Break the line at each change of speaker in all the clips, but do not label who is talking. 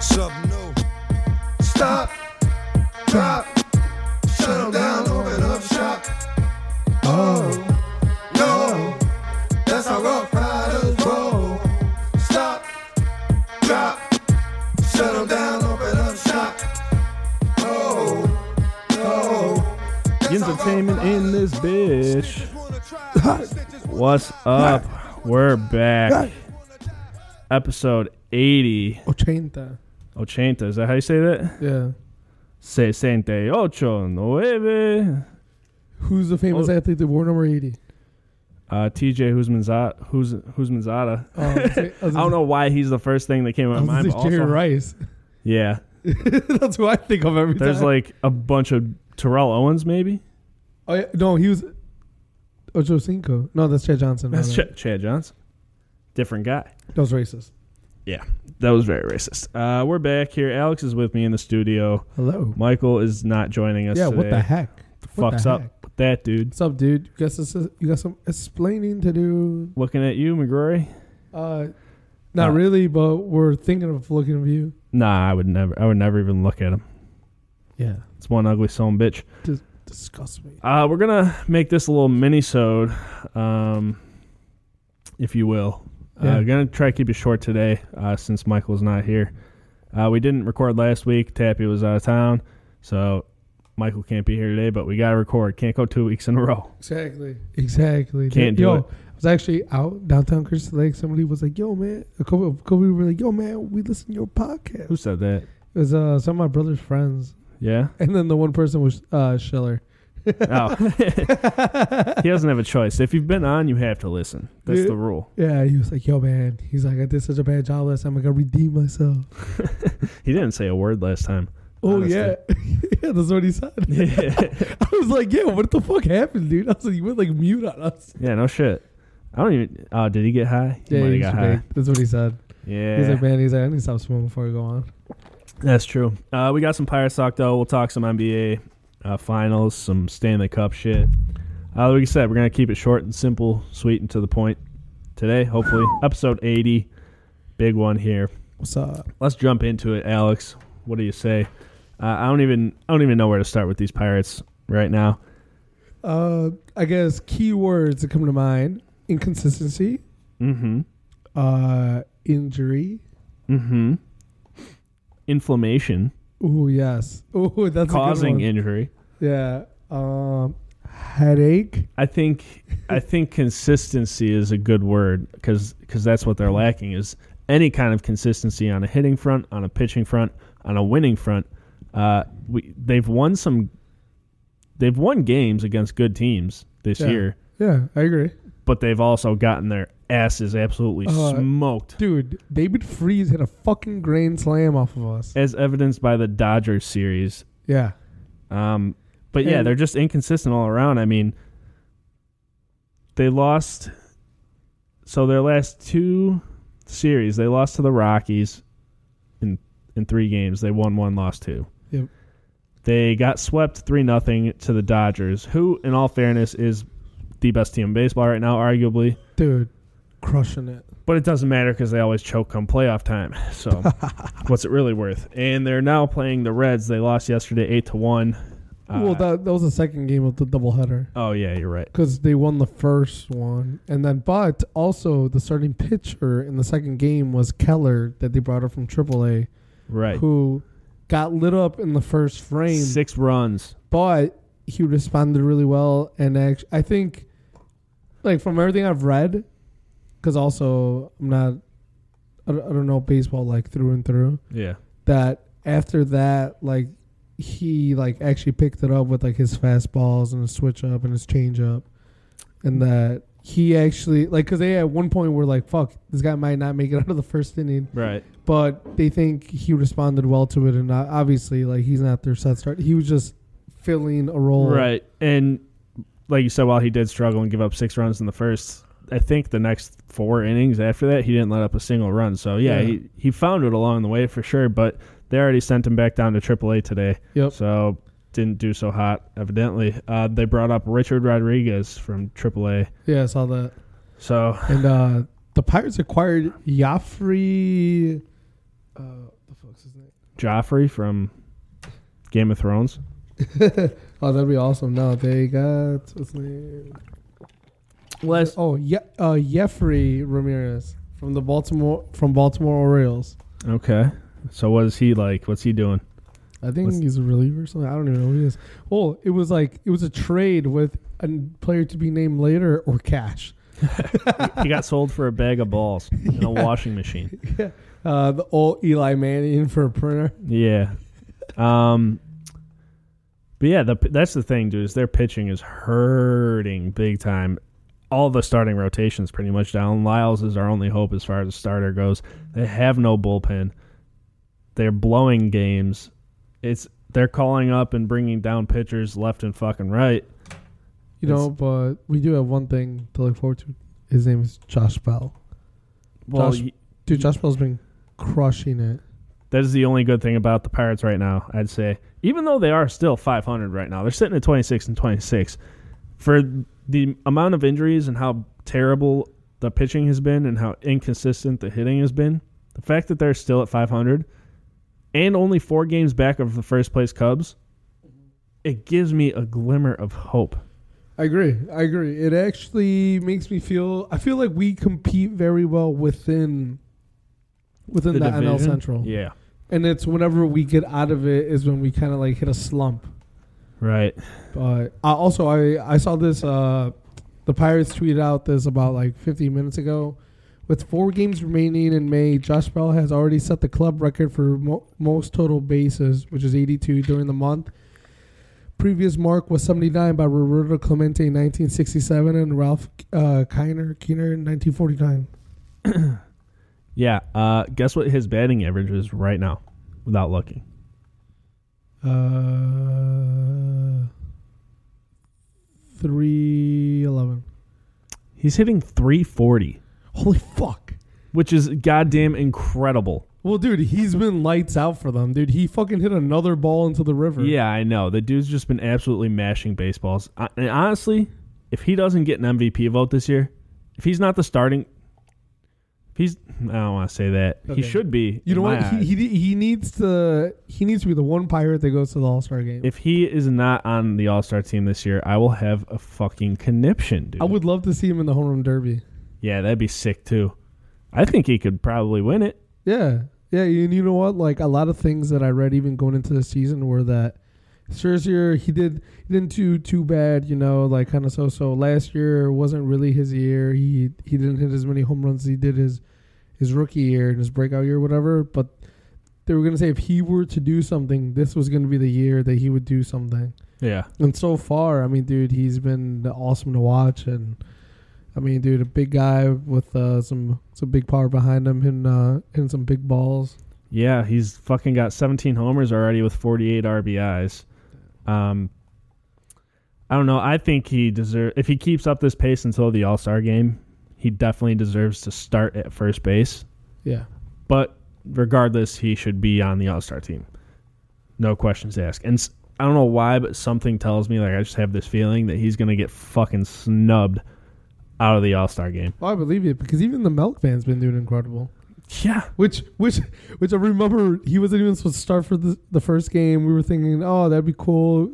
Sub no. Stop. Drop. Shut 'em down. Open up shop. Oh. No. That's how Rough Riders roll. Stop. Drop. Shut 'em down. Open up shop. Oh. No.
Entertainment in this bitch. What's up? We're back. Episode 80.
80.
Ochenta, is that how you say that?
Yeah.
Sesenta y ocho, nueve.
Who's the famous
Oh.
athlete that wore number 80?
Uh, TJ Huzmanzada. Huz, Huzmanzada.
Uh, I was gonna say-
I don't know why he's the first thing that came to my
I was gonna
mind.
say
but
Jerry
also-
Rice.
Yeah.
That's who I think of every
There's
time.
like a bunch of Terrell Owens, maybe?
oh, yeah, no, he was Ocho Cinco. No, that's Chad Johnson. my
That's
bad.
Ch- Chad Johnson. Different guy.
That was racist.
That was very racist. Uh, we're back here. Alex is with me in the studio.
Hello.
Michael is not joining us
Yeah,
today.
what the heck? What
Fucks
the
up
heck?
with that, dude.
What's up, dude? You got, some, you got some explaining to do.
Looking at you, McGrory.
Uh, not
Uh,
really, but we're thinking of looking at you.
Nah, I would never. I would never even look at him.
Yeah.
It's one ugly son of a bitch.
Disgust me.
Uh, we're gonna make this a little mini-sode, um, if you will.
Yeah.
Uh, gonna try to keep it short today, uh, since Michael's not here. Uh, we didn't record last week. Tappy was out of town, so Michael can't be here today. But we gotta record. Can't go two weeks in a row.
Exactly. Exactly. dude.
Can't do
yo,
it.
I was actually out downtown Crystal Lake. Somebody was like, "Yo, man," a couple, a couple people were like, "Yo, man, we listen to your podcast."
Who said that?
It was uh, some of my brother's friends,
Yeah.
and then the one person was uh, Schiller.
Oh, he doesn't have a choice. If you've been on, you have to listen. That's
Yeah.
the rule.
Yeah, he was like, "Yo, man," he's like, "I did such a bad job last time. I gotta redeem myself."
He didn't say a word last time.
Oh
Honestly.
yeah, yeah, that's what he said. I was like, "Yeah, what the fuck happened, dude?" I was like, "You went like mute on us."
Yeah, no shit. I don't even. Oh, did he get high? He
Yeah,
might
he
have got
was
high.
like- that's what he said.
Yeah,
He's like, "Man," he's like, "I need to stop smoking before I go on."
that's true. Uh, we got some Pirates talk though. We'll talk some NBA uh, finals, some Stanley Cup shit. Uh, like I said, we're gonna keep it short and simple, sweet and to the point today. Hopefully, episode eighty, big one here.
What's up?
Let's jump into it, Alex. What do you say? Uh, I don't even. I don't even know where to start with these Pirates right now.
Uh, I guess key words that come to mind: inconsistency,
Mm-hmm.
uh, injury.
Mm-hmm. Inflammation
Oh yes. Oh, that's a
causing
good one.
injury.
Yeah. Um, headache.
I think I think consistency is a good word because that's what they're lacking is any kind of consistency on a hitting front, on a pitching front, on a winning front. Uh, we they've won some, they've won games against good teams this
Yeah.
year,
Yeah, I agree,
but they've also gotten their asses absolutely
Uh,
smoked,
dude. David Freeze hit a fucking grand slam off of us.
as evidenced by the Dodgers series.
Yeah.
Um, but yeah,
And-
they're just inconsistent all around. I mean, they lost. So their last two series, they lost to the Rockies in in three games. They won one, lost two.
Yep.
They got swept three nothing to the Dodgers, who, in all fairness, is the best team in baseball right now, arguably.
Dude, crushing it.
But it doesn't matter because they always choke come playoff time. So what's it really worth? And they're now playing the Reds. They lost yesterday eight to one. Uh,
well, that that was the second game of the doubleheader
Oh yeah, you're right.
because they won the first one, and then but also the starting pitcher in the second game was Keller that they brought up from AAA.
Right.
who got lit up in the first frame,
Six runs.
but he responded really well. And act- I think, like from everything I've read, because also I'm not, I don't I don't know baseball like through and through.
Yeah.
That after that, like he like actually picked it up with like his fastballs and his switch up and his change up, and that. He actually like because they at one point were like, "Fuck, this guy might not make it out of the first inning."
Right.
but they think he responded well to it, and uh, obviously, like he's not their set start. He was just filling a role.
Right. And like you said, while he did struggle and give up six runs in the first, I think the next four innings after that, he didn't let up a single run. So yeah,
Yeah.
He, he found it along the way for sure. But they already sent him back down to AAA today.
Yep.
So didn't do so hot, evidently. Uh, they brought up Richard Rodriguez from AAA.
Yeah, I saw that.
So
And uh, the Pirates acquired Yafri. Uh, the fuck's his name?
Joffrey from Game of Thrones.
Oh, that'd be awesome. No, they got what's his name?
Les
Oh, yeah, uh, Jeffrey Ramirez from the Baltimore from Baltimore Orioles.
Okay. So what is he like? What's he doing?
I think
What's-
he's a reliever or something. I don't even know who he is. Well, it was like it was a trade with a n- player to be named later or cash.
he got sold for a bag of balls and a washing machine.
Uh, the old Eli Manning for a printer.
Yeah. Um but yeah, the, that's the thing, dude. Is their pitching is hurting big time. All the starting rotations pretty much down. Lyles is our only hope as far as a starter goes. They have no bullpen. They're blowing games. It's they're calling up and bringing down pitchers left and fucking right.
You know, but we do have one thing to look forward to. His name is Josh Bell.
Well,
Josh-
y-
Dude, Josh Bell's been crushing it.
That is the only good thing about the Pirates right now, I'd say. Even though they are still 500 right now, they're sitting at 26 and 26. For the amount of injuries and how terrible the pitching has been and how inconsistent the hitting has been, the fact that they're still at 500 and only four games back of the first place Cubs, it gives me a glimmer of hope.
I agree. I agree. It actually makes me feel. I feel like we compete very well within within the, NL
division?
Central.
Yeah.
And it's whenever we get out of it is when we kind of like hit a slump.
Right.
But I also I I saw this. uh The Pirates tweeted out this about like 15 minutes ago. With four games remaining in May, Josh Bell has already set the club record for mo- most total bases, which is 82 during the month. Previous mark was 79 by Roberto Clemente in 1967 and Ralph uh, Kiner Keener in 1949.
Yeah. Uh, guess what his batting average is right now without looking?
Uh, 311.
He's hitting 340.
Holy fuck.
which is goddamn incredible.
Well, dude, he's been lights out for them, dude. He fucking hit another ball into the river.
Yeah, I know. The dude's just been absolutely mashing baseballs. I, and honestly, if he doesn't get an MVP vote this year, if he's not the starting, if he's I don't want to say that
Okay.
he should be.
You know
in my
what?
eyes.
He, he he needs to he needs to be the one pirate that goes to the All Star game.
if he is not on the All Star team this year, I will have a fucking conniption, dude.
I would love to see him in the home run derby.
Yeah, that'd be sick too. I think he could probably win it.
Yeah, yeah. And you know what? Like a lot of things that I read even going into the season were that Scherzer he did he didn't do too bad. You know, like kind of so so. Last year wasn't really his year. He he didn't hit as many home runs as he did his his rookie year and his breakout year, whatever. But they were gonna say if he were to do something, this was gonna be the year that he would do something.
Yeah,
And so far, I mean, dude, he's been awesome to watch, and I mean, dude, a big guy with uh, some some big power behind him, and uh, and some big balls.
Yeah, he's fucking got 17 homers already with 48 RBIs. Um, I don't know. I think he deserves if he keeps up this pace until the All Star game. He definitely deserves to start at first base.
Yeah,
But regardless, he should be on the All Star team. No questions asked. And s- I don't know why, but something tells me like I just have this feeling that he's gonna get fucking snubbed out of the All Star game.
well, I believe it because even the Milk Man's been doing incredible.
Yeah,
Which which which I remember he wasn't even supposed to start for the the first game. We were thinking, oh, that'd be cool.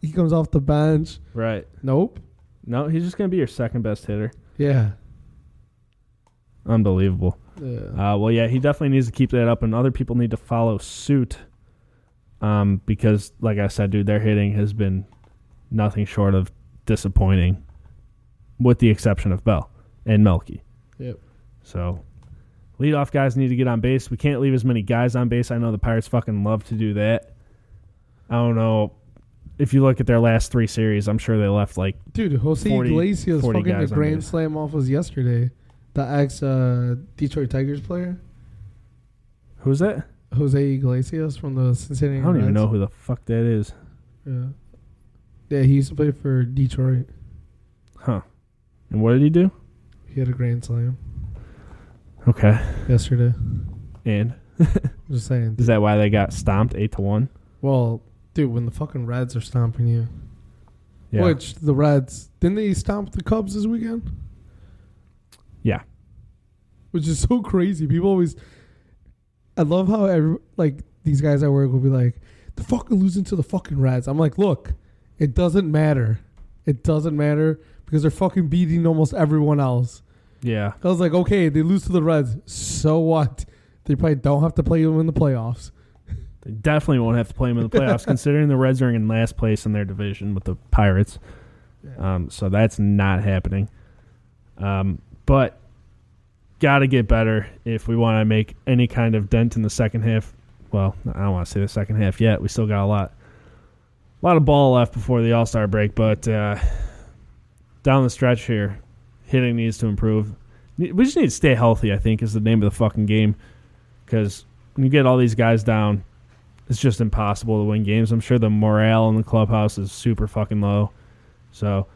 He comes off the bench.
right.
Nope.
No, he's just gonna be your second best hitter.
Yeah.
Unbelievable.
Yeah.
Uh, well, yeah, he definitely needs to keep that up, and other people need to follow suit. Um, because, like I said, dude, their hitting has been nothing short of disappointing, with the exception of Bell and Melky.
Yep.
So, leadoff guys need to get on base. We can't leave as many guys on base. I know the Pirates fucking love to do that. I don't know. If you look at their last three series, I'm sure they left like
Dude, Jose
40 40
Iglesias fucking the
guys on
grand
base.
slam off was yesterday. The ex uh, Detroit Tigers player.
who's that?
Jose Iglesias from the Cincinnati.
I don't even
Reds.
know who the fuck that is.
Yeah. yeah, he used to play for Detroit.
And what did he do?
He had a grand slam
Okay,
yesterday.
and
I'm just saying.
Is that why they got stomped eight to one?
Well, dude, when the fucking Reds are stomping you,
Yeah.
which the Reds didn't they stomp the Cubs this weekend?
Yeah.
which is so crazy. People always, I love how every, like these guys at work will be like, "The fucking losing to the fucking Reds." I'm like, look, it doesn't matter. It doesn't matter because they're fucking beating almost everyone else.
Yeah.
I was like, okay, they lose to the Reds. So what? They probably don't have to play them in the playoffs.
They definitely won't have to play them in the playoffs, considering the Reds are in last place in their division with the Pirates. Um, so that's not happening. Um, but got to get better if we want to make any kind of dent in the second half. Well, I don't want to say the second half yet. We still got a lot, a lot of ball left before the All Star break. But uh, down the stretch here, hitting needs to improve. We just need to stay healthy. I think is the name of the fucking game, because when you get all these guys down, it's just impossible to win games. I'm sure the morale in the clubhouse is super fucking low. So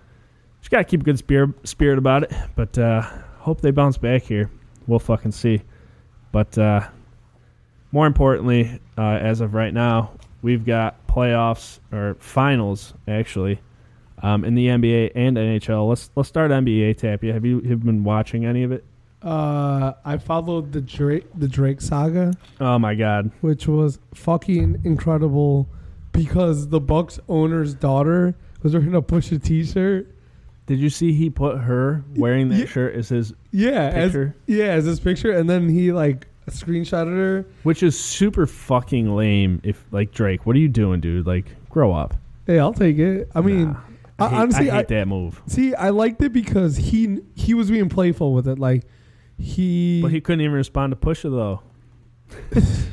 just gotta keep a good spirit spirit about it. But uh hope they bounce back here. We'll fucking see. But uh more importantly, uh, as of right now, we've got playoffs or finals actually um, in the NBA and NHL. Let's let's start NBA Tapia. Have you have been watching any of it?
Uh, I followed the Drake the Drake saga,
Oh my god.
which was fucking incredible, because the Bucks owner's daughter was wearing a push a T-shirt.
Did you see he put her wearing that
Yeah.
shirt as his
Yeah, as,
picture?
yeah, as this picture, and then he like screenshotted her.
Which is super fucking lame. If like Drake, what are you doing, dude? Like, grow up.
Hey, I'll take it. I mean,
Nah.
I-
hate-
honestly,
I
I,
hate that move.
see, I liked it because he he was being playful with it, like he.
But he couldn't even respond to Pusha though.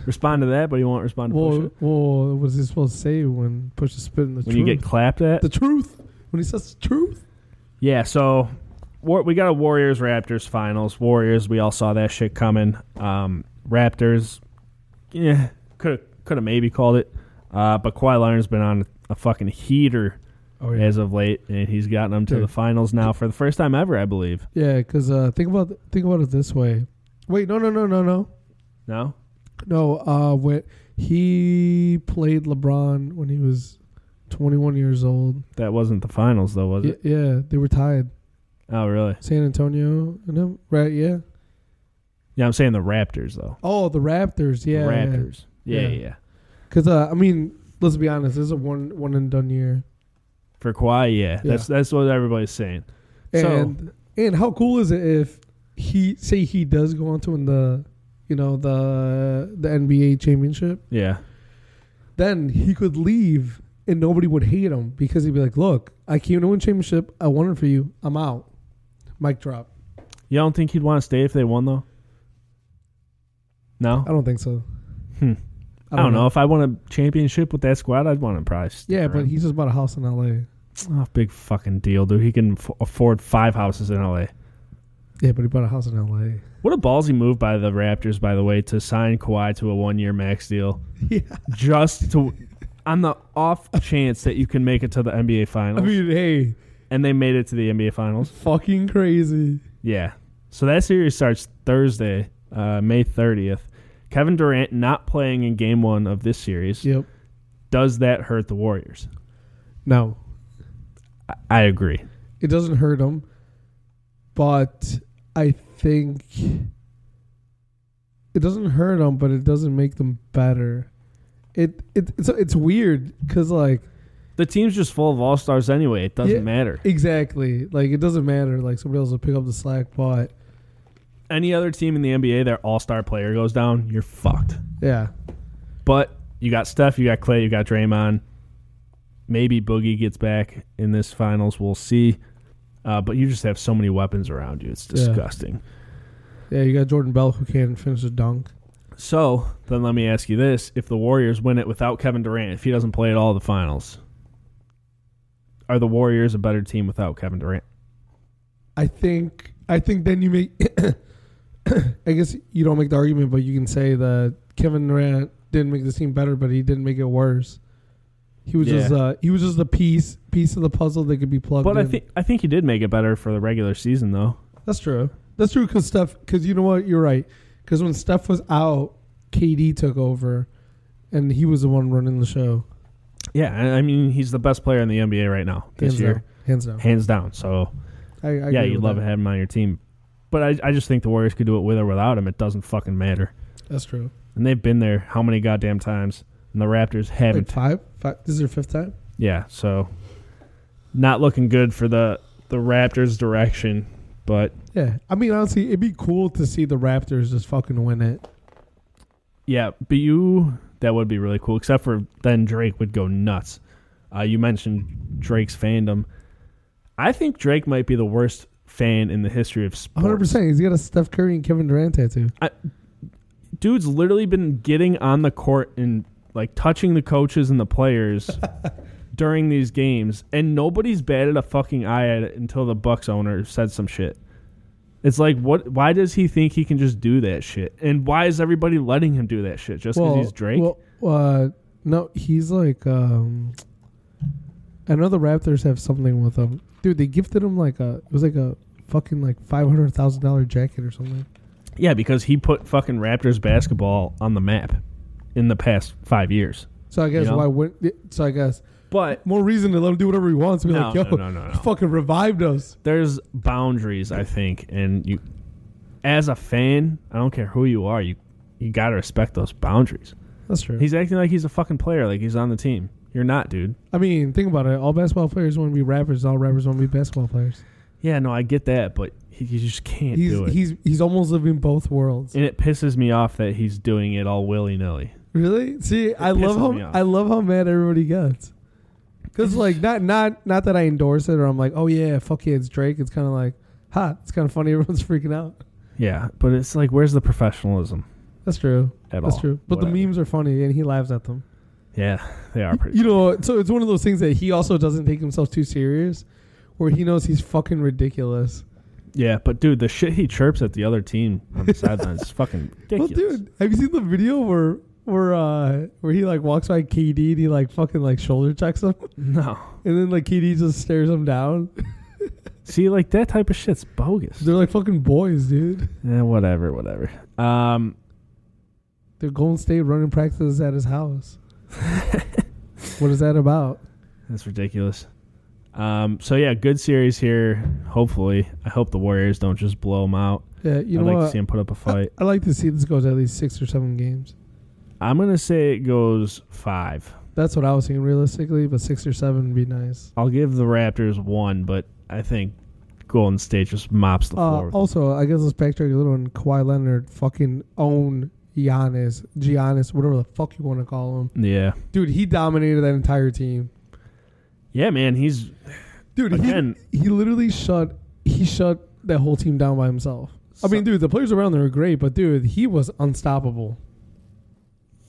respond to that, but he won't respond to
well,
Pusha.
well, what was he supposed to say when push the spit in the
When
truth?
you get clapped at,
the truth when he says the truth.
yeah. So war, we got a Warriors Raptors finals. Warriors, we all saw that shit coming. Um, Raptors, yeah, could could have maybe called it, uh, but Kawhi Leonard's been on a fucking heater
Oh
as of late, and he's gotten them to
Dude.
the finals now for the first time ever, I believe.
Yeah, because uh, think about think about it this way. Wait, no, no, no, no, no,
No,
no. Uh, when he played LeBron when he was twenty one years old.
that wasn't the finals though, was
Y-
it?
yeah, they were tied.
Oh, really?
San Antonio and him, right? Yeah.
Yeah, I'm saying the Raptors though.
Oh, the Raptors.
The
Yeah,
Raptors. Yeah, yeah.
Yeah. Because uh, I mean, let's be honest. This is a one one and done year.
For Kawhi, yeah. That's that's what everybody's saying. So-
And and how cool is it if he say he does go on to win the you know the the NBA championship,
Yeah.
then he could leave and nobody would hate him because he'd be like, "Look, I came to win championship. I won it for you. I'm out." Mic drop.
You don't think he'd want to stay if they won though? No?
I don't think so.
Hmm. I don't, know. If I won a championship with that squad, I'd want to probably stick
Yeah, but
around.
he just bought a house in LA.
oh, big fucking deal, dude. He can f- afford five houses in LA.
Yeah, but he bought a house in LA.
What a ballsy move by the Raptors, by the way, to sign Kawhi to a one-year max deal
Yeah.
just to on the off chance that you can make it to the NBA
I
finals.
mean, hey,
and they made it to the NBA finals.
fucking crazy.
Yeah. So that series starts Thursday, uh, May 30th. Kevin Durant not playing in game one of this series.
Yep.
Does that hurt the Warriors?
No,
I, I agree.
it doesn't hurt him, but I think it doesn't hurt them, but it doesn't make them better. It it it's, it's weird because like
The team's just full of all stars anyway. It doesn't
Yeah.
matter.
exactly like it doesn't matter like somebody else will pick up the slack, but
Any other team in the NBA, their all star player goes down, you're fucked.
yeah,
But you got Steph, you got Clay, you got Draymond. Maybe Boogie gets back in this finals. We'll see. Uh, but you just have so many weapons around you. It's
Yeah.
disgusting.
yeah, you got Jordan Bell who can't finish a dunk.
So then let me ask you this: If the Warriors win it without Kevin Durant, if he doesn't play at all the finals, are the Warriors a better team without Kevin Durant?
I think I think then you make I guess you don't make the argument, but you can say that Kevin Durant didn't make this team better, but he didn't make it worse. He was just
Yeah.
uh, he was just a piece piece of the puzzle that could be plugged.
But I
in.
think I think he did make it better for the regular season, though.
that's true. That's true because Steph. Because you know what, you're right. Because when Steph was out, KD took over, and he was the one running the show.
Yeah, I I mean he's the best player in the NBA right now this
Hands
year,
down. Hands down.
hands down. So
I, I
yeah,
agree
you
with
love
that.
having him on your team, but I I just think the Warriors could do it with or without him. It doesn't fucking matter,
That's true.
and they've been there how many goddamn times, and the Raptors
Like
haven't.
five, five. This is your fifth time.
Yeah, so not looking good for the the Raptors' direction, but
Yeah, I mean honestly, it'd be cool to see the Raptors just fucking win it.
Yeah, BU that would be really cool. Except for then Drake would go nuts. Uh, you mentioned Drake's fandom. I think Drake might be the worst fan in the history of sports.
100. percent He's got a Steph Curry and Kevin Durant tattoo.
Dude's literally been getting on the court and like touching the coaches and the players during these games, and nobody's batted a fucking eye at it until the Bucks owner said some shit. It's like what? Why does he think he can just do that shit? And why is everybody letting him do that shit? Just because he's Drake?
Well, uh, no, he's like. Um, I know the Raptors have something with him, dude. They gifted him like a. It was like a fucking like five hundred thousand dollar jacket or something.
Yeah, because he put fucking Raptors basketball on the map in the past five years.
So I guess
You know?
why would So I guess
But
more reason to let him do whatever he wants. Be
No,
like, yo,
no, no, no, no.
you fucking revived us.
there's boundaries, I think, and you, as a fan, I don't care who you are, you you gotta respect those boundaries.
That's true.
He's acting like he's a fucking player, like he's on the team. You're not, dude.
I mean, think about it. All basketball players want to be rappers. All rappers want to be basketball players.
Yeah, no, I get that, but he, you just can't
He's
do it.
he's he's almost living both worlds.
and it pisses me off that he's doing it all willy nilly.
Really? See, I love
pisses me
how
off.
I love how mad everybody gets. Cause like not not not that I endorse it or I'm like, oh yeah, fuck yeah, it's Drake. It's kind of like, ha, it's kind of funny. Everyone's freaking out.
Yeah, but it's like, where's the professionalism
That's true.
at all?
That's true. But
Whatever.
the memes are funny, and he laughs at them.
Yeah, they are pretty.
You know, so it's one of those things that he also doesn't take himself too serious, where he knows he's fucking ridiculous.
Yeah, but dude, the shit he chirps at the other team on the sidelines is fucking ridiculous.
Well, dude, have you seen the video where where uh where he like walks by KD and he like fucking like shoulder checks him,
no.
and then like KD just stares him down?
See, like that type of shit's bogus.
They're like fucking boys, dude.
Yeah, whatever, whatever. Um,
The Golden State running practices at his house. what is that about?
that's ridiculous. Um, so yeah, good series here. Hopefully, I hope the Warriors don't just blow them out.
Yeah, you
I'd
know
like to
what?
see them put up a fight.
I, would like to see this goes at least six or seven games.
I'm gonna say it goes five.
That's what I was thinking realistically, but six or seven would be nice.
I'll give the Raptors one, but I think Golden State just mops the
Uh,
floor.
also, I guess let's backtrack a little on Kawhi Leonard fucking own Giannis, Giannis, whatever the fuck you want to call him.
yeah,
Dude, he dominated that entire team.
yeah, man. He's
Dude,
again.
he, he literally shut he shut that whole team down by himself. I mean, dude, the players around there were great, but dude, he was unstoppable.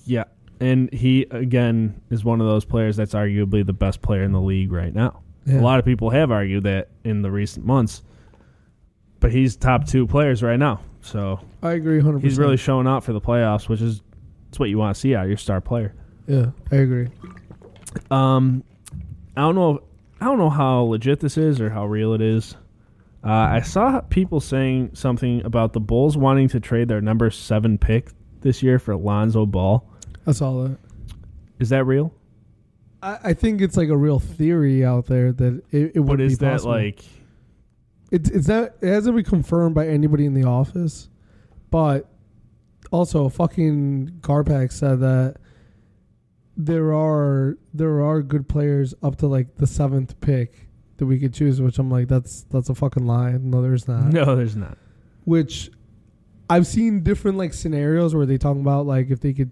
Yeah. And he, again, is one of those players that's arguably the best player in the league right now.
Yeah.
A lot of people have argued that in the recent months, but he's top two players right now. So
I agree 100%.
he's really showing out for the playoffs, which is it's what you want to see out of your star player.
Yeah, I agree.
Um, I don't know. I don't know how legit this is or how real it is. Uh, I saw people saying something about the Bulls wanting to trade their number seven pick this year for Lonzo Ball.
I saw that.
Is that real?
I, I think it's like a real theory out there that it, it would
What
be
is that
possible.
like?
It's it's not it hasn't been confirmed by anybody in the office, but also fucking Garpak said that there are there are good players up to like the seventh pick that we could choose, which I'm like that's that's a fucking lie. No, there's not.
No, there's not.
which I've seen different like scenarios where they talk about like if they could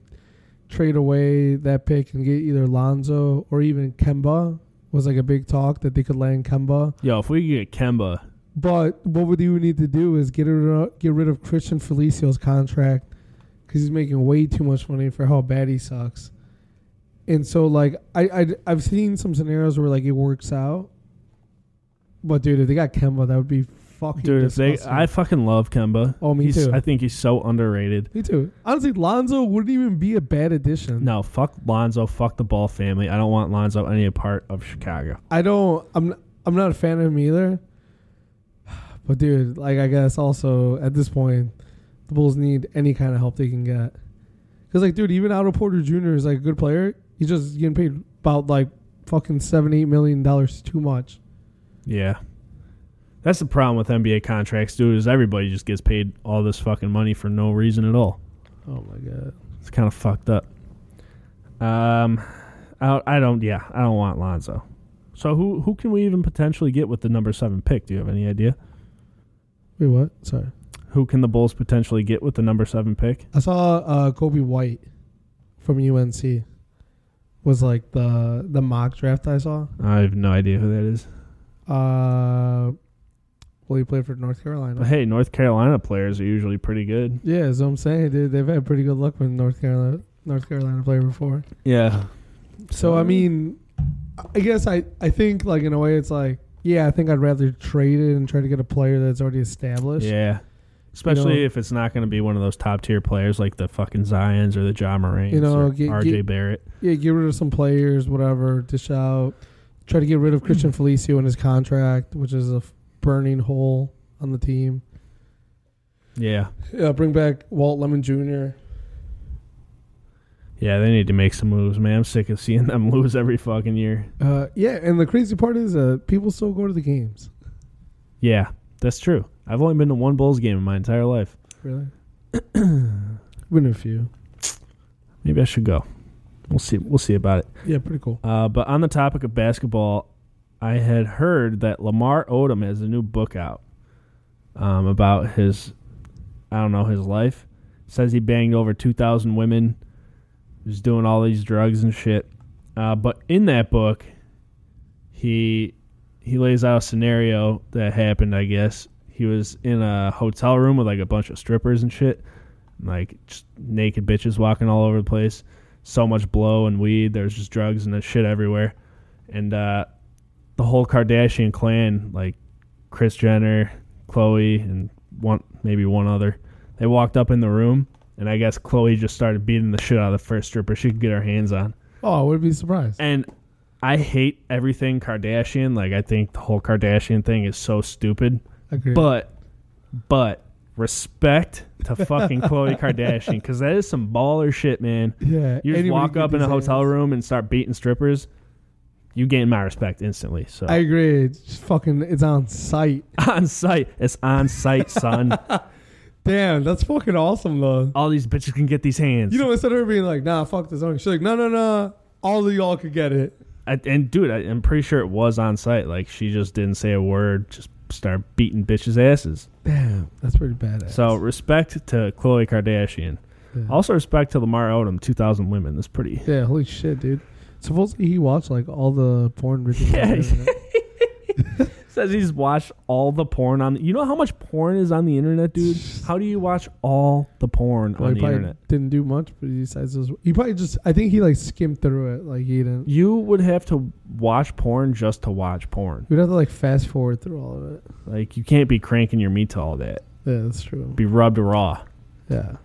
trade away that pick and get either Lonzo or even Kemba was like a big talk that they could land Kemba.
Yo, if we could get Kemba,
But what would you need to do is get rid of, get rid of Christian Felicio's contract because he's making way too much money for how bad he sucks. And so like I, I I've seen some scenarios where like it works out. But dude, if they got Kemba, that would be fucking.
dude, if they,
disgusting.
I fucking love Kemba.
Oh, me
He's-
too.
I think he's so underrated.
Me too. Honestly, Lonzo wouldn't even be a bad addition.
No, fuck Lonzo, fuck the Ball family. I don't want Lonzo any part of Chicago.
I don't. I'm. I'm not a fan of him either. But dude, like I guess also at this point, the Bulls need any kind of help they can get. Because like, dude, even Otto Porter Jr. is like a good player. He's just getting paid about like fucking seven, eight million dollars too much.
Yeah. That's the problem with NBA contracts, dude, is everybody just gets paid all this fucking money for no reason at all.
Oh my god.
It's kind of fucked up. Um, I, I don't. Yeah, I don't want Lonzo. So who who can we even potentially get with the number seven pick? Do you have any idea?
Wait, what? Sorry.
Who can the Bulls potentially get with the number seven pick?
I saw uh, Kobe White from UNC was like the the mock draft I saw.
I have no idea who that is.
Uh, well, he played for North Carolina.
But hey, North Carolina players are usually pretty good.
Yeah, as I'm saying, dude, they've had pretty good luck with North Carolina North Carolina player before.
Yeah.
So I mean, I guess I I think like in a way it's like yeah I think I'd rather trade it and try to get a player that's already established.
Yeah. Especially
know-
if it's not going to be one of those top tier players like the fucking Zions or the John Morant
You know,
or
get-
RJ
get-
Barrett.
Yeah, get rid of some players, whatever. Dish out, try to get rid of Christian Felicio and his contract, which is a f- burning hole on the team.
Yeah.
Yeah, bring back Walt Lemon Jr.
Yeah, they need to make some moves, man. I'm sick of seeing them lose every fucking year.
Uh, yeah, and the crazy part is, uh, people still go to the games.
Yeah, that's true. I've only been to one Bulls game in my entire life.
Really? Been a few.
Maybe I should go. We'll see. We'll see about it.
Yeah, pretty cool.
Uh, but on the topic of basketball, I had heard that Lamar Odom has a new book out um, about his, I don't know, his life. Says he banged over two thousand women, was doing all these drugs and shit. Uh, but in that book, he he lays out a scenario that happened. I guess he was in a hotel room with like a bunch of strippers and shit, like just naked bitches walking all over the place so much blow and weed. There's just drugs and that shit everywhere. And uh, the whole Kardashian clan, like Chris Jenner, Chloe, and one maybe one other, they walked up in the room, and I guess Chloe just started beating the shit out of the first stripper she could get her hands on.
Oh, I would be surprised.
And I hate everything Kardashian. Like I think the whole Kardashian thing is so stupid.
Agreed.
But, but respect to fucking Chloe Kardashian because that is some baller shit, man.
yeah,
You just
anybody
walk
could
up in a
be
hotel
saying-
room and start beating strippers, you gain my respect instantly. So
I agree. It's just fucking, it's on site.
on site, it's on site, son.
Damn, that's fucking awesome though.
All these bitches can get these hands.
You know, instead of her being like, "Nah, fuck this," she's like, "No, no, no, all of y'all could get it."
I, and dude, I, I'm pretty sure it was on site. Like she just didn't say a word, just start beating bitches' asses.
Damn, that's pretty badass.
So respect to Khloe Kardashian.
yeah.
Also respect to Lamar Odom, 2,000 women. That's pretty.
yeah, holy shit, dude. Supposedly he watched like all the porn videos.
Yeah.
on the internet.
Says he's watched all the porn on. You know how much porn is on the internet, dude? How do you watch all the porn on
Well, he
the
probably
internet?
didn't do much, but he decides this, he probably just. I think he like skimmed through it. Like he didn't.
You would have to watch porn just to watch porn.
We'd have to like fast forward through all of it.
Like you can't be cranking your meat to all that.
Yeah, that's true.
Be rubbed raw.
Yeah,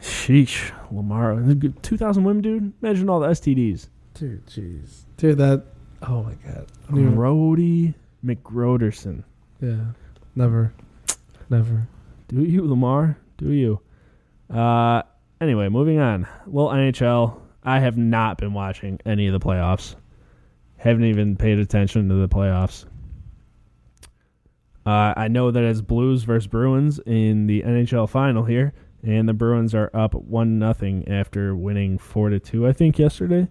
Sheesh, Lamar, two thousand women, dude. Imagine all the STDs.
dude, jeez, dude, that. Oh my god. I don't even-
Brody McGroderson.
Yeah, never, never.
Do you, Lamar? Do you? Uh, anyway, moving on. Well, NHL. I have not been watching any of the playoffs. Haven't even paid attention to the playoffs. Uh, I know that it's Blues versus Bruins in the NHL final here, and the Bruins are up one nothing after winning four to two. I think yesterday.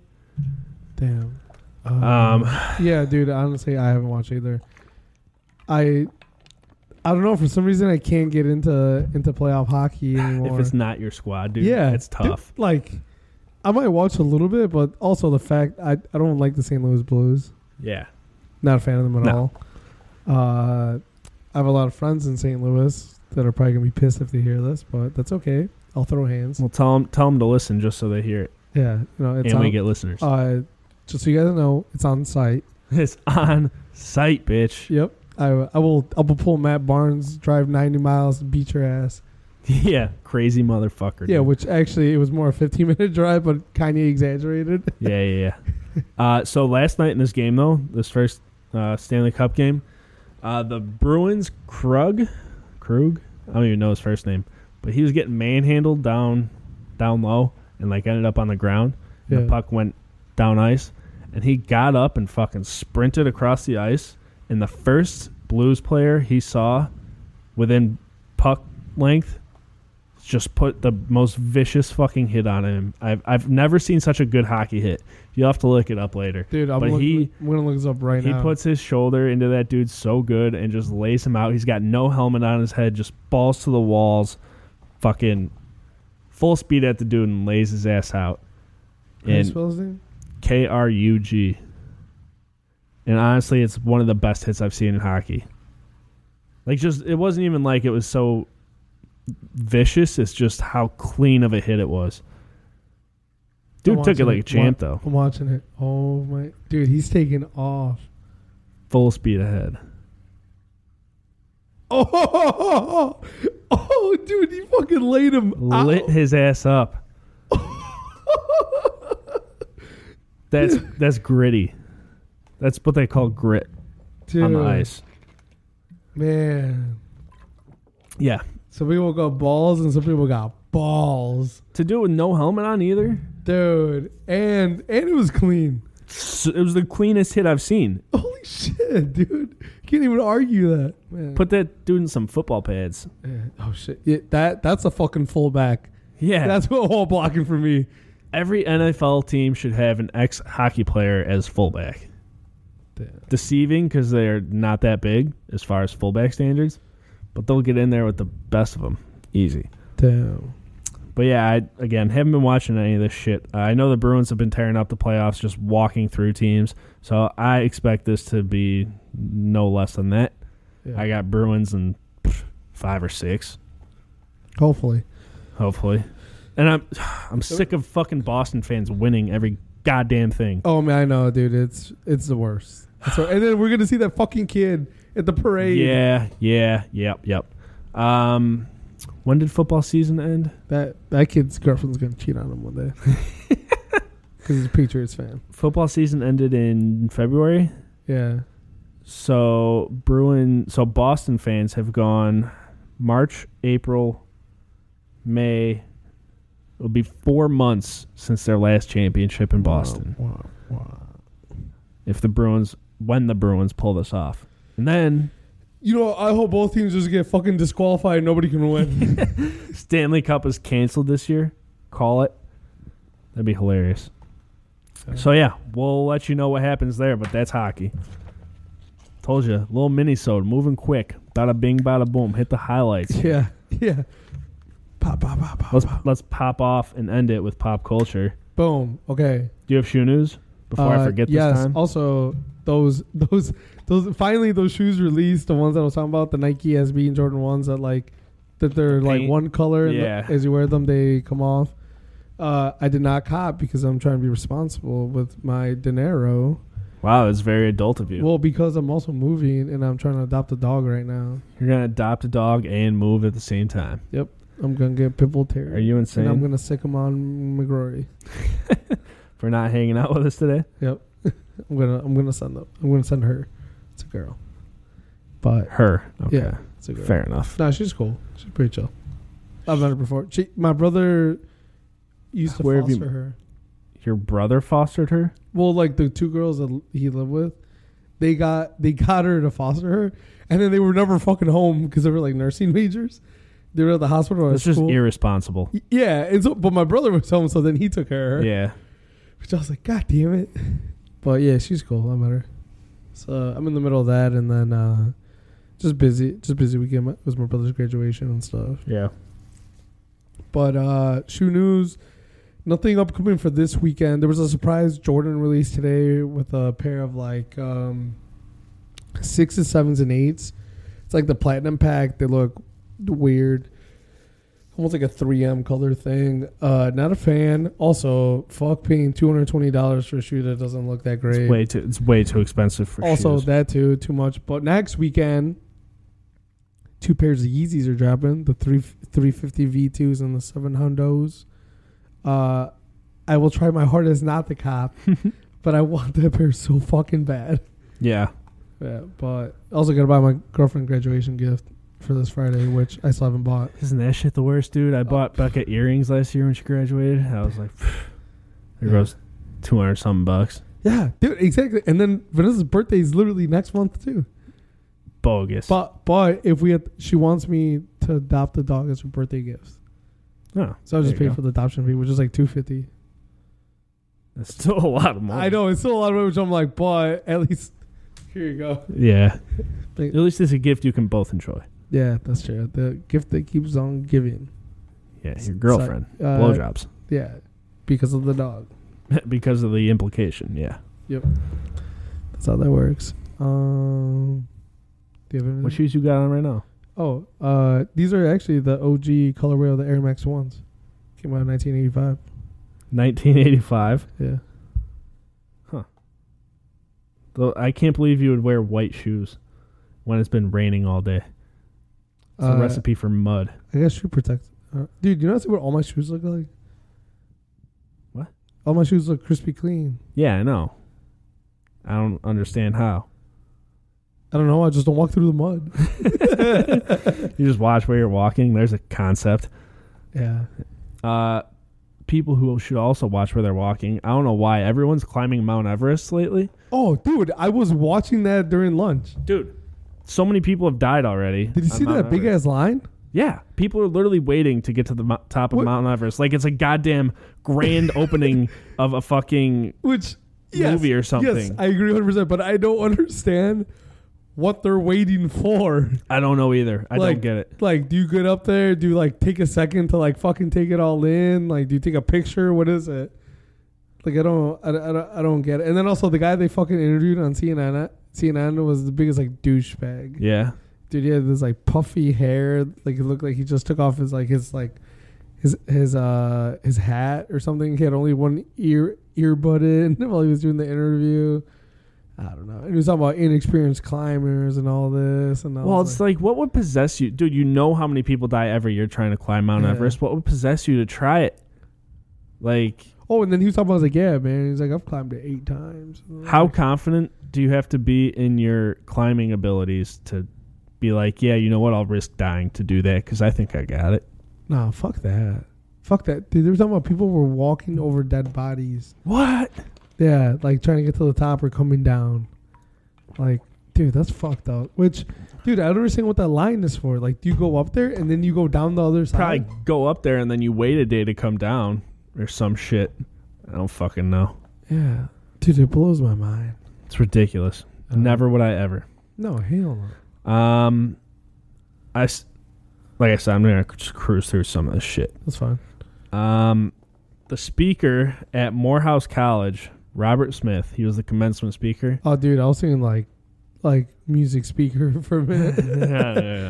Damn. Oh,
Um,
Yeah, dude. Honestly, I haven't watched either. I, I don't know. For some reason, I can't get into into playoff hockey anymore.
if it's not your squad, dude,
yeah,
it's tough.
Dude, like, I might watch a little bit, but also the fact I I don't like the St. Louis Blues.
Yeah,
Not a fan of them at
No.
all. Uh, I have a lot of friends in St. Louis that are probably gonna be pissed if they hear this, but that's okay. I'll throw hands.
well, tell them tell them to listen just so they hear it,
Yeah, you know it's
and we
on-
get listeners.
uh, just so you guys know, it's on site.
It's on site, bitch.
Yep. I, I will I will pull Matt Barnes, drive 90 miles, beat your ass.
Yeah, crazy motherfucker.
Yeah,
dude.
which actually it was more a 15 minute drive, but Kanye exaggerated.
yeah, yeah, yeah. uh, so last night in this game, though, this first uh, Stanley Cup game, uh, the Bruins Krug, Krug, I don't even know his first name, but he was getting manhandled down, down low, and like ended up on the ground.
Yeah.
The puck went down ice, and he got up and fucking sprinted across the ice. And the first Blues player he saw within puck length just put the most vicious fucking hit on him. I've, I've never seen such a good hockey hit. You'll have to look it up later.
Dude, I'm,
But
look,
he-
I'm gonna look this up right
he
now.
puts his shoulder into that dude so good and just lays him out. He's got no helmet on his head, just balls to the walls, fucking full speed at the dude and lays his ass out.
How do you
And
spell his name?
K R U G. And honestly, it's one of the best hits I've seen in hockey. Like, just it wasn't even like it was so vicious. It's just how clean of a hit it was. Dude
I'm
took it
watching
like a champ,
Wa-
though.
I'm watching it. Oh my, dude, he's taking off.
Full speed ahead.
Oh, oh, oh, oh, oh, dude, he fucking laid him
Lit
out.
his ass up. That's that's gritty. That's what they call grit
dude,
on the ice.
Man,
Yeah.
some people got balls and some people got balls,
To do it with no helmet on either.
dude. And and it was clean.
It was the cleanest hit I've seen.
Holy shit, dude! You can't even argue that. Man.
Put that dude in some football pads.
Yeah. Oh shit! Yeah, that that's a fucking fullback.
Yeah.
That's what wall blocking for me.
Every NFL team should have an ex hockey player as fullback.
Damn.
Deceiving because they are not that big as far as fullback standards, but they'll get in there with the best of them. Easy.
Damn.
But yeah, I again haven't been watching any of this shit. I know the Bruins have been tearing up the playoffs, just walking through teams. So I expect this to be no less than that.
Yeah.
I got Bruins in pff, five or six,
Hopefully.
hopefully. And I'm I'm sick of fucking Boston fans winning every goddamn thing.
Oh man, I know, dude. It's it's the worst. It's the- and then we're gonna see that fucking kid at the parade.
Yeah, yeah, yep, yep. Um, when did football season end?
That that kid's girlfriend's gonna cheat on him one day. Because he's a Patriots fan.
Football season ended in February.
Yeah.
So Bruin, so Boston fans have gone March, April, May. It'll be four months since their last championship in Boston.
Wow, wow.
If the Bruins, when the Bruins pull this off, and then
You know, I hope both teams just get fucking disqualified. and Nobody can win.
Stanley Cup is canceled this year. Call it. That'd be hilarious. So yeah, we'll let you know what happens there. But that's hockey. Told you, little mini sode, moving quick. Bada bing, bada boom. Hit the highlights.
yeah. Yeah. Pop, pop, pop, pop,
Let's
pop.
let's pop off and end it with pop culture.
Boom. Okay.
Do you have shoe news before I
Uh,
forget
yes,
this time?
Also, those those those finally those shoes released the ones that I was talking about the Nike SB and Jordan ones that like that they're like
Paint.
one color and
Yeah.
the- as you wear them they come off. Uh, I did not cop because I'm trying to be responsible with my dinero.
wow, that's very adult of you.
Well, because I'm also moving and I'm trying to adopt a dog right now.
You're gonna adopt a dog and move at the same time.
I'm gonna get pit bull terrier.
Are you
and I'm
insane
gonna sick him on McGrory.
for not hanging out with us today?
I'm gonna I'm gonna send them. I'm gonna send her. It's a girl, but
Her. Okay.
yeah, it's a girl.
Fair enough.
No, she's cool. She's pretty chill. I've met her before. She, my brother used to
Where have you-
foster her.
Your brother fostered her.
Well, like the two girls that l- he lived with, they got they got her to foster her, and then they were never fucking home because they were like nursing majors. They were at the hospital. Or
That's
at
just
school.
irresponsible.
Y- yeah, and so but my brother was home, so then he took care of her.
Yeah.
Which I was like, God damn it. But yeah, she's cool. I met her. So I'm in the middle of that, and then uh, just busy, just busy weekend. It was my brother's graduation and stuff.
Yeah.
But uh shoe news, nothing upcoming for this weekend. There was a surprise Jordan release today with a pair of like um sixes, sevens, and eights. It's like the platinum pack. They look weird. Almost like a 3M color thing. Uh not a fan. Also, fuck paying two hundred twenty dollars for a shoe that doesn't look that great.
It's way too. It's way too expensive for
also
shoes.
that too, too much. But next weekend two pairs of Yeezys are dropping the three three fifty V twos and the seven hundos. Uh, I will try my hardest not to cop, but I want that pair so fucking bad.
yeah.
Yeah, but I also gotta buy my girlfriend graduation gift for this Friday, which I still haven't bought.
Isn't that shit the worst, dude? I bought Becca earrings last year when she graduated. I was like, there goes two hundred something bucks.
Yeah, dude, exactly. And then Vanessa's birthday is literally next month too.
Bogus.
But but if we had, she wants me to adopt the dog as her birthday gift,
no,
so I'll just
There you
pay
go.
for the adoption fee, which is like two fifty.
that's still a lot of money.
I know it's still a lot of money, which I'm like, but at least here you go.
Yeah.
Like-
At least it's a gift you can both enjoy.
Yeah, that's true. The gift that keeps on giving.
Yeah, your girlfriend.
Uh,
Blowjobs.
Yeah, because of the dog.
because of the implication, yeah.
That's how that works. Um, do you have anything?
What shoes you got on right now?
Oh, uh, these are actually the OG colorway of the Air Max ones. Came out in 1985.
1985.
Yeah.
Though I can't believe you would wear white shoes when it's been raining all day. It's a
Uh,
recipe for mud.
I got shoe protect. Uh, dude, you know what all my shoes look like?
What?
All my shoes look crispy clean.
Yeah, I know. I don't understand how.
I don't know. I just don't walk through the mud.
You just watch where you're walking. There's a concept.
Yeah.
Uh, people who should also watch where they're walking. I don't know why everyone's climbing Mount Everest lately.
Oh, dude, I was watching that during lunch.
Dude, so many people have died already.
Did you see that big ass line?
Yeah, people are literally waiting to get to the mo- top of
What-
Mount Everest. Like it's a goddamn grand opening of a fucking.
Which
Movie or
Yes,
something.
I agree 100. percent But I don't understand what they're waiting for.
I don't know either. I
like,
don't get it.
Like, do you get up there? Do you like take a second to like fucking take it all in? Like, do you take a picture? What is it? Like, I don't, I, I don't, I don't get it. And then also the guy they fucking interviewed on CNN, uh, CNN was the biggest like douchebag.
Yeah,
Dude, he had this like puffy hair. Like, it looked like he just took off his like his like his his uh his hat or something. He had only one ear earbud in while he was doing the interview. I don't know. And he was talking about inexperienced climbers and all this and all.
Well, it's like, what would possess you, dude? You know how many people die every year trying to climb Mount
Yeah.
Everest. What would possess you to try it? Like,
Oh, and then he was talking about, I was like, yeah, man. He's like, I've climbed it eight times.
how confident do you have to be in your climbing abilities to be like, yeah, you know what? I'll risk dying to do that because I think I got it.
Nah, fuck that. Fuck that. Dude, they were talking about people were walking over dead bodies.
What?
Yeah, like trying to get to the top or coming down. Like, dude, that's fucked up. Which, dude, I don't understand what that line is for. Like, do you go up there and then you go down the other
Probably
side?
go up there and then you wait a day to come down or some shit. I don't fucking know.
Yeah. Dude, it blows my mind.
It's ridiculous.
Uh,
Never would I ever.
No, hell no.
Um, I s- like I said, I'm gonna just cruise through some of this shit.
That's fine.
Um, the speaker at Morehouse College, Robert Smith, he was the commencement speaker.
Oh, dude, I was thinking like, like music speaker for a minute.
No, no, no,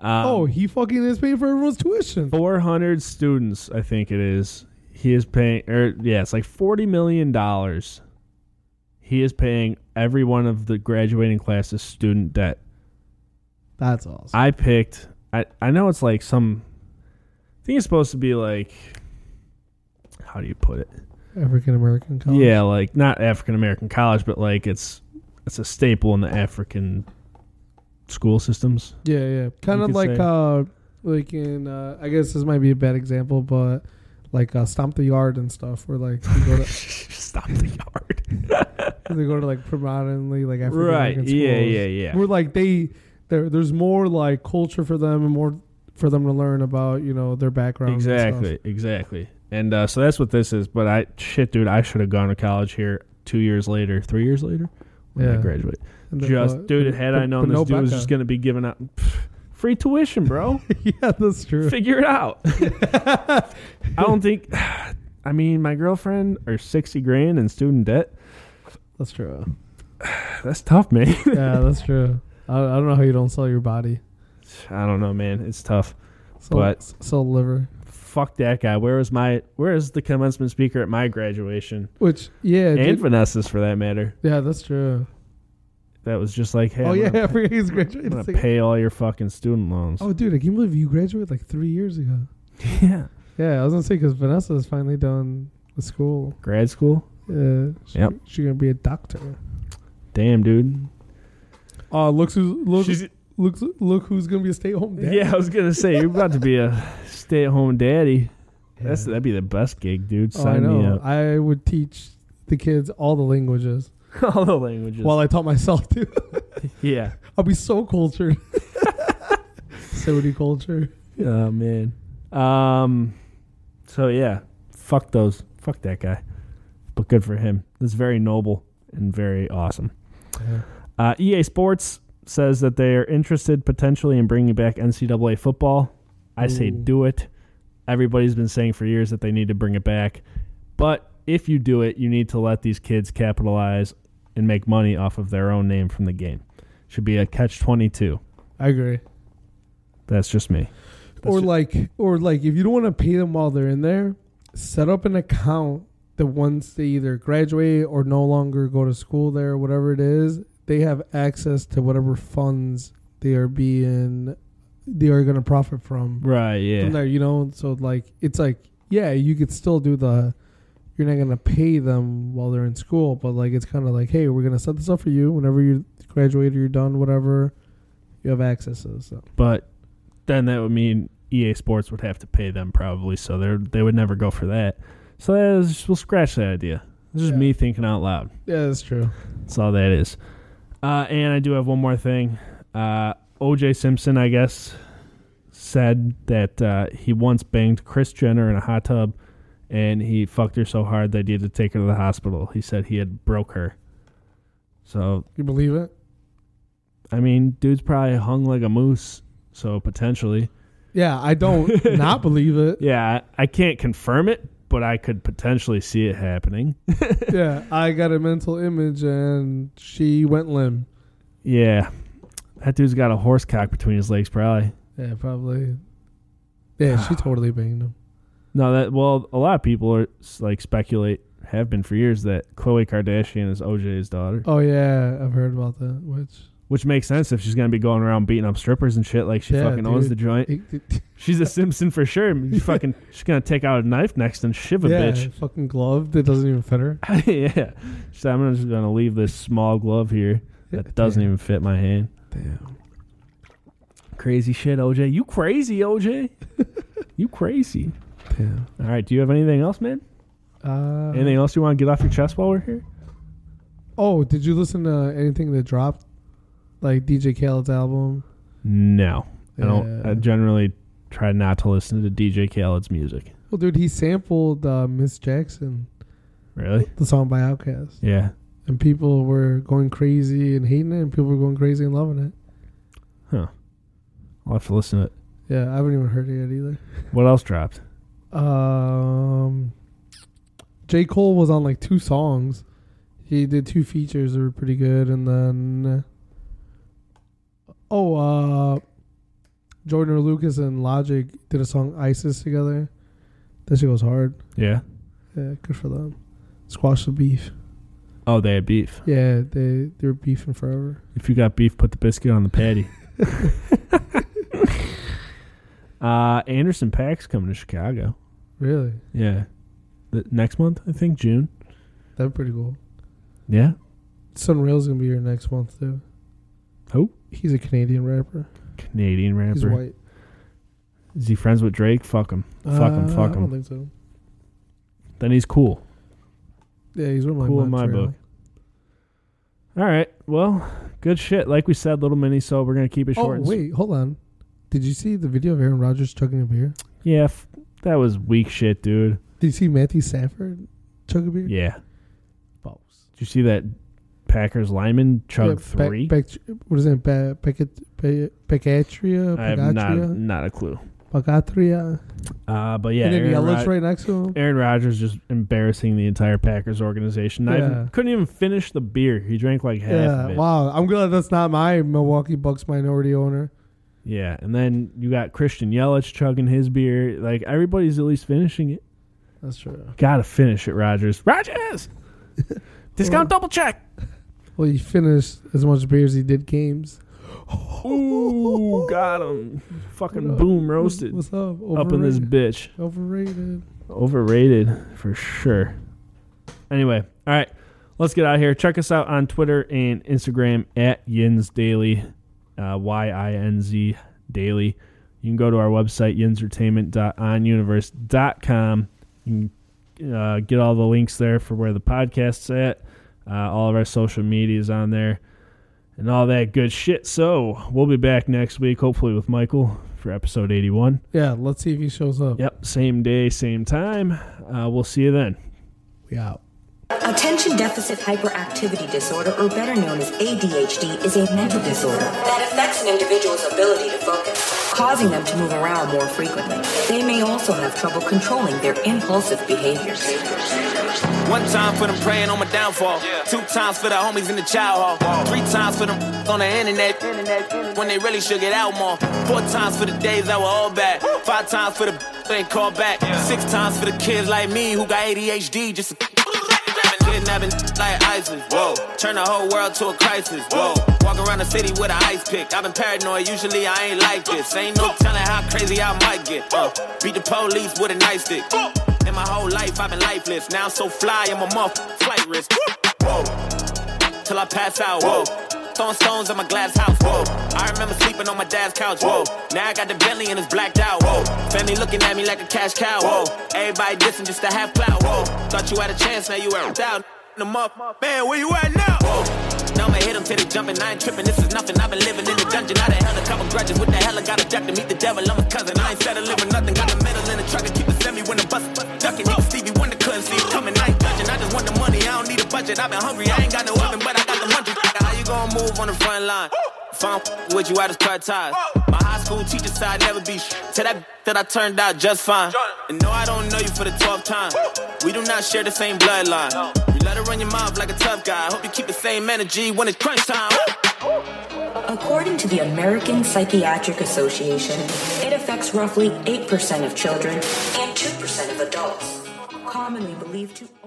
no. Um,
oh, he fucking is paying for everyone's tuition.
400 students, I think it is. He is paying, or yeah, it's like $40 million. He is paying every one of the graduating classes student debt.
That's awesome.
I picked. I I know it's like some. I think it's supposed to be like. How do you put it?
African American college.
Yeah, like not African American college, but like it's it's a staple in the African school systems.
yeah, yeah. Kind of
could
like
say.
uh, like in uh, I guess this might be a bad example, but like uh, stomp the yard and stuff, where like you go to
Stop the yard.
they go to like predominantly like African
Right.
American
Yeah.
schools,
Yeah. Yeah.
Where like they there there's more like culture for them and more for them to learn about you know their background. and stuff.
Exactly. Exactly. And uh, so that's what this is. But I shit, dude, I should have gone to college here two years later, three years later when I
Yeah.
graduate.
And then, uh,
Just
but-
dude, had
but-
I known
but
this
no
dude was
Becca.
just gonna be giving out pff, free tuition, bro.
yeah, that's true.
figure it out. I don't think. I mean, my girlfriend or sixty grand in student debt.
That's true.
That's tough, man.
yeah, that's true. I, I don't know how you don't sell your body.
I don't know, man. It's tough.
Sell,
But-
sell the liver.
Fuck that guy. Where was my? Where is the commencement speaker at my graduation?
Which yeah,
and
dude,
Vanessa's, for that matter.
yeah, that's true.
That was just like, hey,
oh
I'm
yeah,
gonna,
I forget he's
I'm
graduating.
gonna
It's like-
pay all your fucking student loans.
oh, dude, I can't believe you graduated like three years ago.
yeah,
Yeah, I was gonna say because Vanessa is finally done with school.
grad school.
Yeah, Uh, she,
Yep.
she's gonna be a doctor.
Damn, dude.
Oh, looks who's look,
She's-
look look who's gonna be a stay at home dad.
Yeah, I was gonna say you're about to be a stay-at-home daddy. That's
Yeah.
that'd be the best gig, dude.
oh, I
Sign me
know.
up.
I would teach the kids all the languages
all the languages.
while I taught myself to.
yeah.
I'll be so cultured. Saudi culture.
Oh man. Um. So yeah, fuck those. Fuck that guy. But good for him. That's very noble and very awesome. Uh, EA Sports says that they are interested potentially in bringing back NCAA football. I say
Ooh.
do it. Everybody's been saying for years that they need to bring it back. But if you do it, you need to let these kids capitalize and make money off of their own name from the game. Should be a catch 22.
I agree.
That's just me. That's
or
ju-
like or like if you don't want to pay them while they're in there, set up an account that once they either graduate or no longer go to school there, whatever it is, they have access to whatever funds they are being they are gonna profit from.
Right, yeah.
From there, you know, so like it's like yeah, you could still do the you're not gonna pay them while they're in school, but like it's kinda like, hey, we're gonna set this up for you whenever you graduate or you're done, whatever, you have access to this. So.
but then that would mean EA Sports would have to pay them probably, so they they would never go for that. So that is, we'll scratch that idea. This is
Yeah.
me thinking out loud.
Yeah, that's true.
That's all that is. Uh, and I do have one more thing. Uh, OJ Simpson, I guess, said that uh, he once banged Chris Jenner in a hot tub, and he fucked her so hard that he had to take her to the hospital. He said he had broke her. So
You believe it?
I mean, dude's probably hung like a moose. So potentially,
Yeah, I don't not believe it.
Yeah, I I can't confirm it, but I could potentially see it happening.
Yeah, I got a mental image and she went limb.
Yeah. That dude's got a horse cock between his legs, probably.
Yeah, probably. Yeah, she totally banged him.
No, that well, a lot of people are s- like speculate have been for years that Khloe Kardashian is OJ's daughter,
Oh yeah, I've heard about that. Which
which makes sense if she's gonna be going around beating up strippers and shit like she
Yeah,
fucking owns
dude.
the joint. She's a Simpson for sure. She's fucking she's gonna take out a knife next and shiv a
yeah,
bitch.
fucking glove that doesn't even fit her.
yeah, so I'm just gonna leave this small glove here that doesn't even fit my hand.
Damn.
Crazy shit, OJ. You crazy, OJ. you crazy.
Damn.
All right. Do you have anything else, man?
Uh,
Anything else you want to get off your chest while we're here?
oh, did you listen to anything that dropped? Like DJ Khaled's album?
No. I don't.
Yeah.
I generally try not to listen to DJ Khaled's music.
well, dude, he sampled uh, Miss Jackson,
Really?
the song by Outkast.
Yeah.
and people were going crazy and hating it, and people were going crazy and loving it.
I'll have to listen to it.
Yeah, I haven't even heard it yet either.
What else dropped?
Um, J. Cole was on like two songs. He did two features that were pretty good, and then oh, uh, Jordan Lucas and Logic did a song "ISIS" together. That shit goes hard.
Yeah.
Yeah, good for them. Squash the beef.
Oh, they had beef.
Yeah, they they were beefing forever.
If you got beef, put the biscuit on the patty. uh, Anderson Pack's coming to Chicago.
Really,
Yeah. The, next month, I think June.
that'd be pretty cool.
Yeah.
Sunreal's gonna be here next month too.
Who?
He's a Canadian rapper.
Canadian rapper.
He's white.
Is he friends with Drake? Fuck him. Fuck him.
Uh,
Fuck
I don't
him.
think so.
Then he's cool.
Yeah, he's one of my
Cool in my
Montreal.
book. All right. Well, good shit. Like we said, little mini. So we're gonna keep it short.
Oh
and s-
wait, hold on. Did you see the video of Aaron Rodgers chugging a beer?
Yeah, f- that was weak shit, dude.
Did you see Matthew Stafford chug a beer?
Yeah.
Balls.
Did you see that Packers lineman chug
Yeah, Pe-
three?
Pe- what is it? Pe- Pecatria? Pe- Pecatria?
I have not not a clue.
Pecatria?
Uh, but yeah,
and then
Aaron,
Yelich
Rod-
right next to him.
Aaron Rodgers just embarrassing the entire Packers organization. I
Yeah.
even, couldn't even finish the beer. He drank like half
Yeah,
of it.
wow. I'm glad that's not my Milwaukee Bucks minority owner.
Yeah, and then you got Christian Yelich chugging his beer. Like everybody's at least finishing it.
That's true.
Gotta finish it, Rogers. Rogers, discount double check.
Well, he finished as much beer as he did games.
Ooh, got him. Fucking
What up?
boom roasted
What's up? Overrated.
up in this bitch.
Overrated.
Overrated for sure. Anyway, all right, let's get out of here. Check us out on Twitter and Instagram at Yins Daily, uh, Y I N Z Daily. You can go to our website, yinsertainment.onuniverse.com. You can uh, get all the links there for where the podcast's at. Uh, all of our social media is on there and all that good shit. So we'll be back next week, hopefully, with Michael for episode 81.
Yeah, let's see if he shows up.
Yep, same day, same time. Uh, we'll see you then.
We out.
Attention Deficit Hyperactivity Disorder, or better known as ADHD, is a mental disorder that affects an individual's ability to focus, causing them to move around more frequently. They may also have trouble controlling their impulsive behaviors.
One time for them praying on my downfall. Two times for the homies in the child hall. Three times for them on the internet. When they really should get out more. Four times for the days that were all bad. Five times for the that ain't called back. Six times for the kids like me who got ADHD just to kidnapping like ISIS. Whoa, turn the whole world to a crisis. Whoa, walk around the city with an ice pick. I've been paranoid. Usually I ain't like this. Ain't no telling how crazy I might get. Uh, beat the police with a nice stick. And my whole life I've been lifeless. Now I'm so fly, I'm a muff flight risk. Whoa, till I pass out. Whoa. Throwing stones at my glass house, whoa. I remember sleeping on my dad's couch, whoa. Now I got the Bentley and it's blacked out, whoa. Family looking at me like a cash cow, whoa. Everybody dissing just a half plow, whoa. Thought you had a chance, now you out down. Them up. Man, where you at now? Whoa. Now I'ma hit him till they jumping. I ain't tripping, this is nothing. I've been living in the dungeon. I done held a couple grudges. What the hell? I got a jack to meet the devil. I'm a cousin. I ain't settling for nothing. Got the metal in the truck and keep it semi when the bus ducking. Even Stevie Wonder couldn't see it coming. I ain't judging. I just want the money. I don't need a budget. I've been hungry. I ain't got no oven, but I got the munchies. Nigga, How you gonna move on the front line? If I don't with you, I just cut ties. My high school teacher said I'd never be sh- Tell that that I turned out just fine. And no, I don't know you for the 12th time. We do not share the same bloodline. You let her run your mouth like a tough guy. Hope you keep the same energy when it's crunch time.
According to the American Psychiatric Association, it affects roughly 8% of children and 2% of adults, commonly believed to.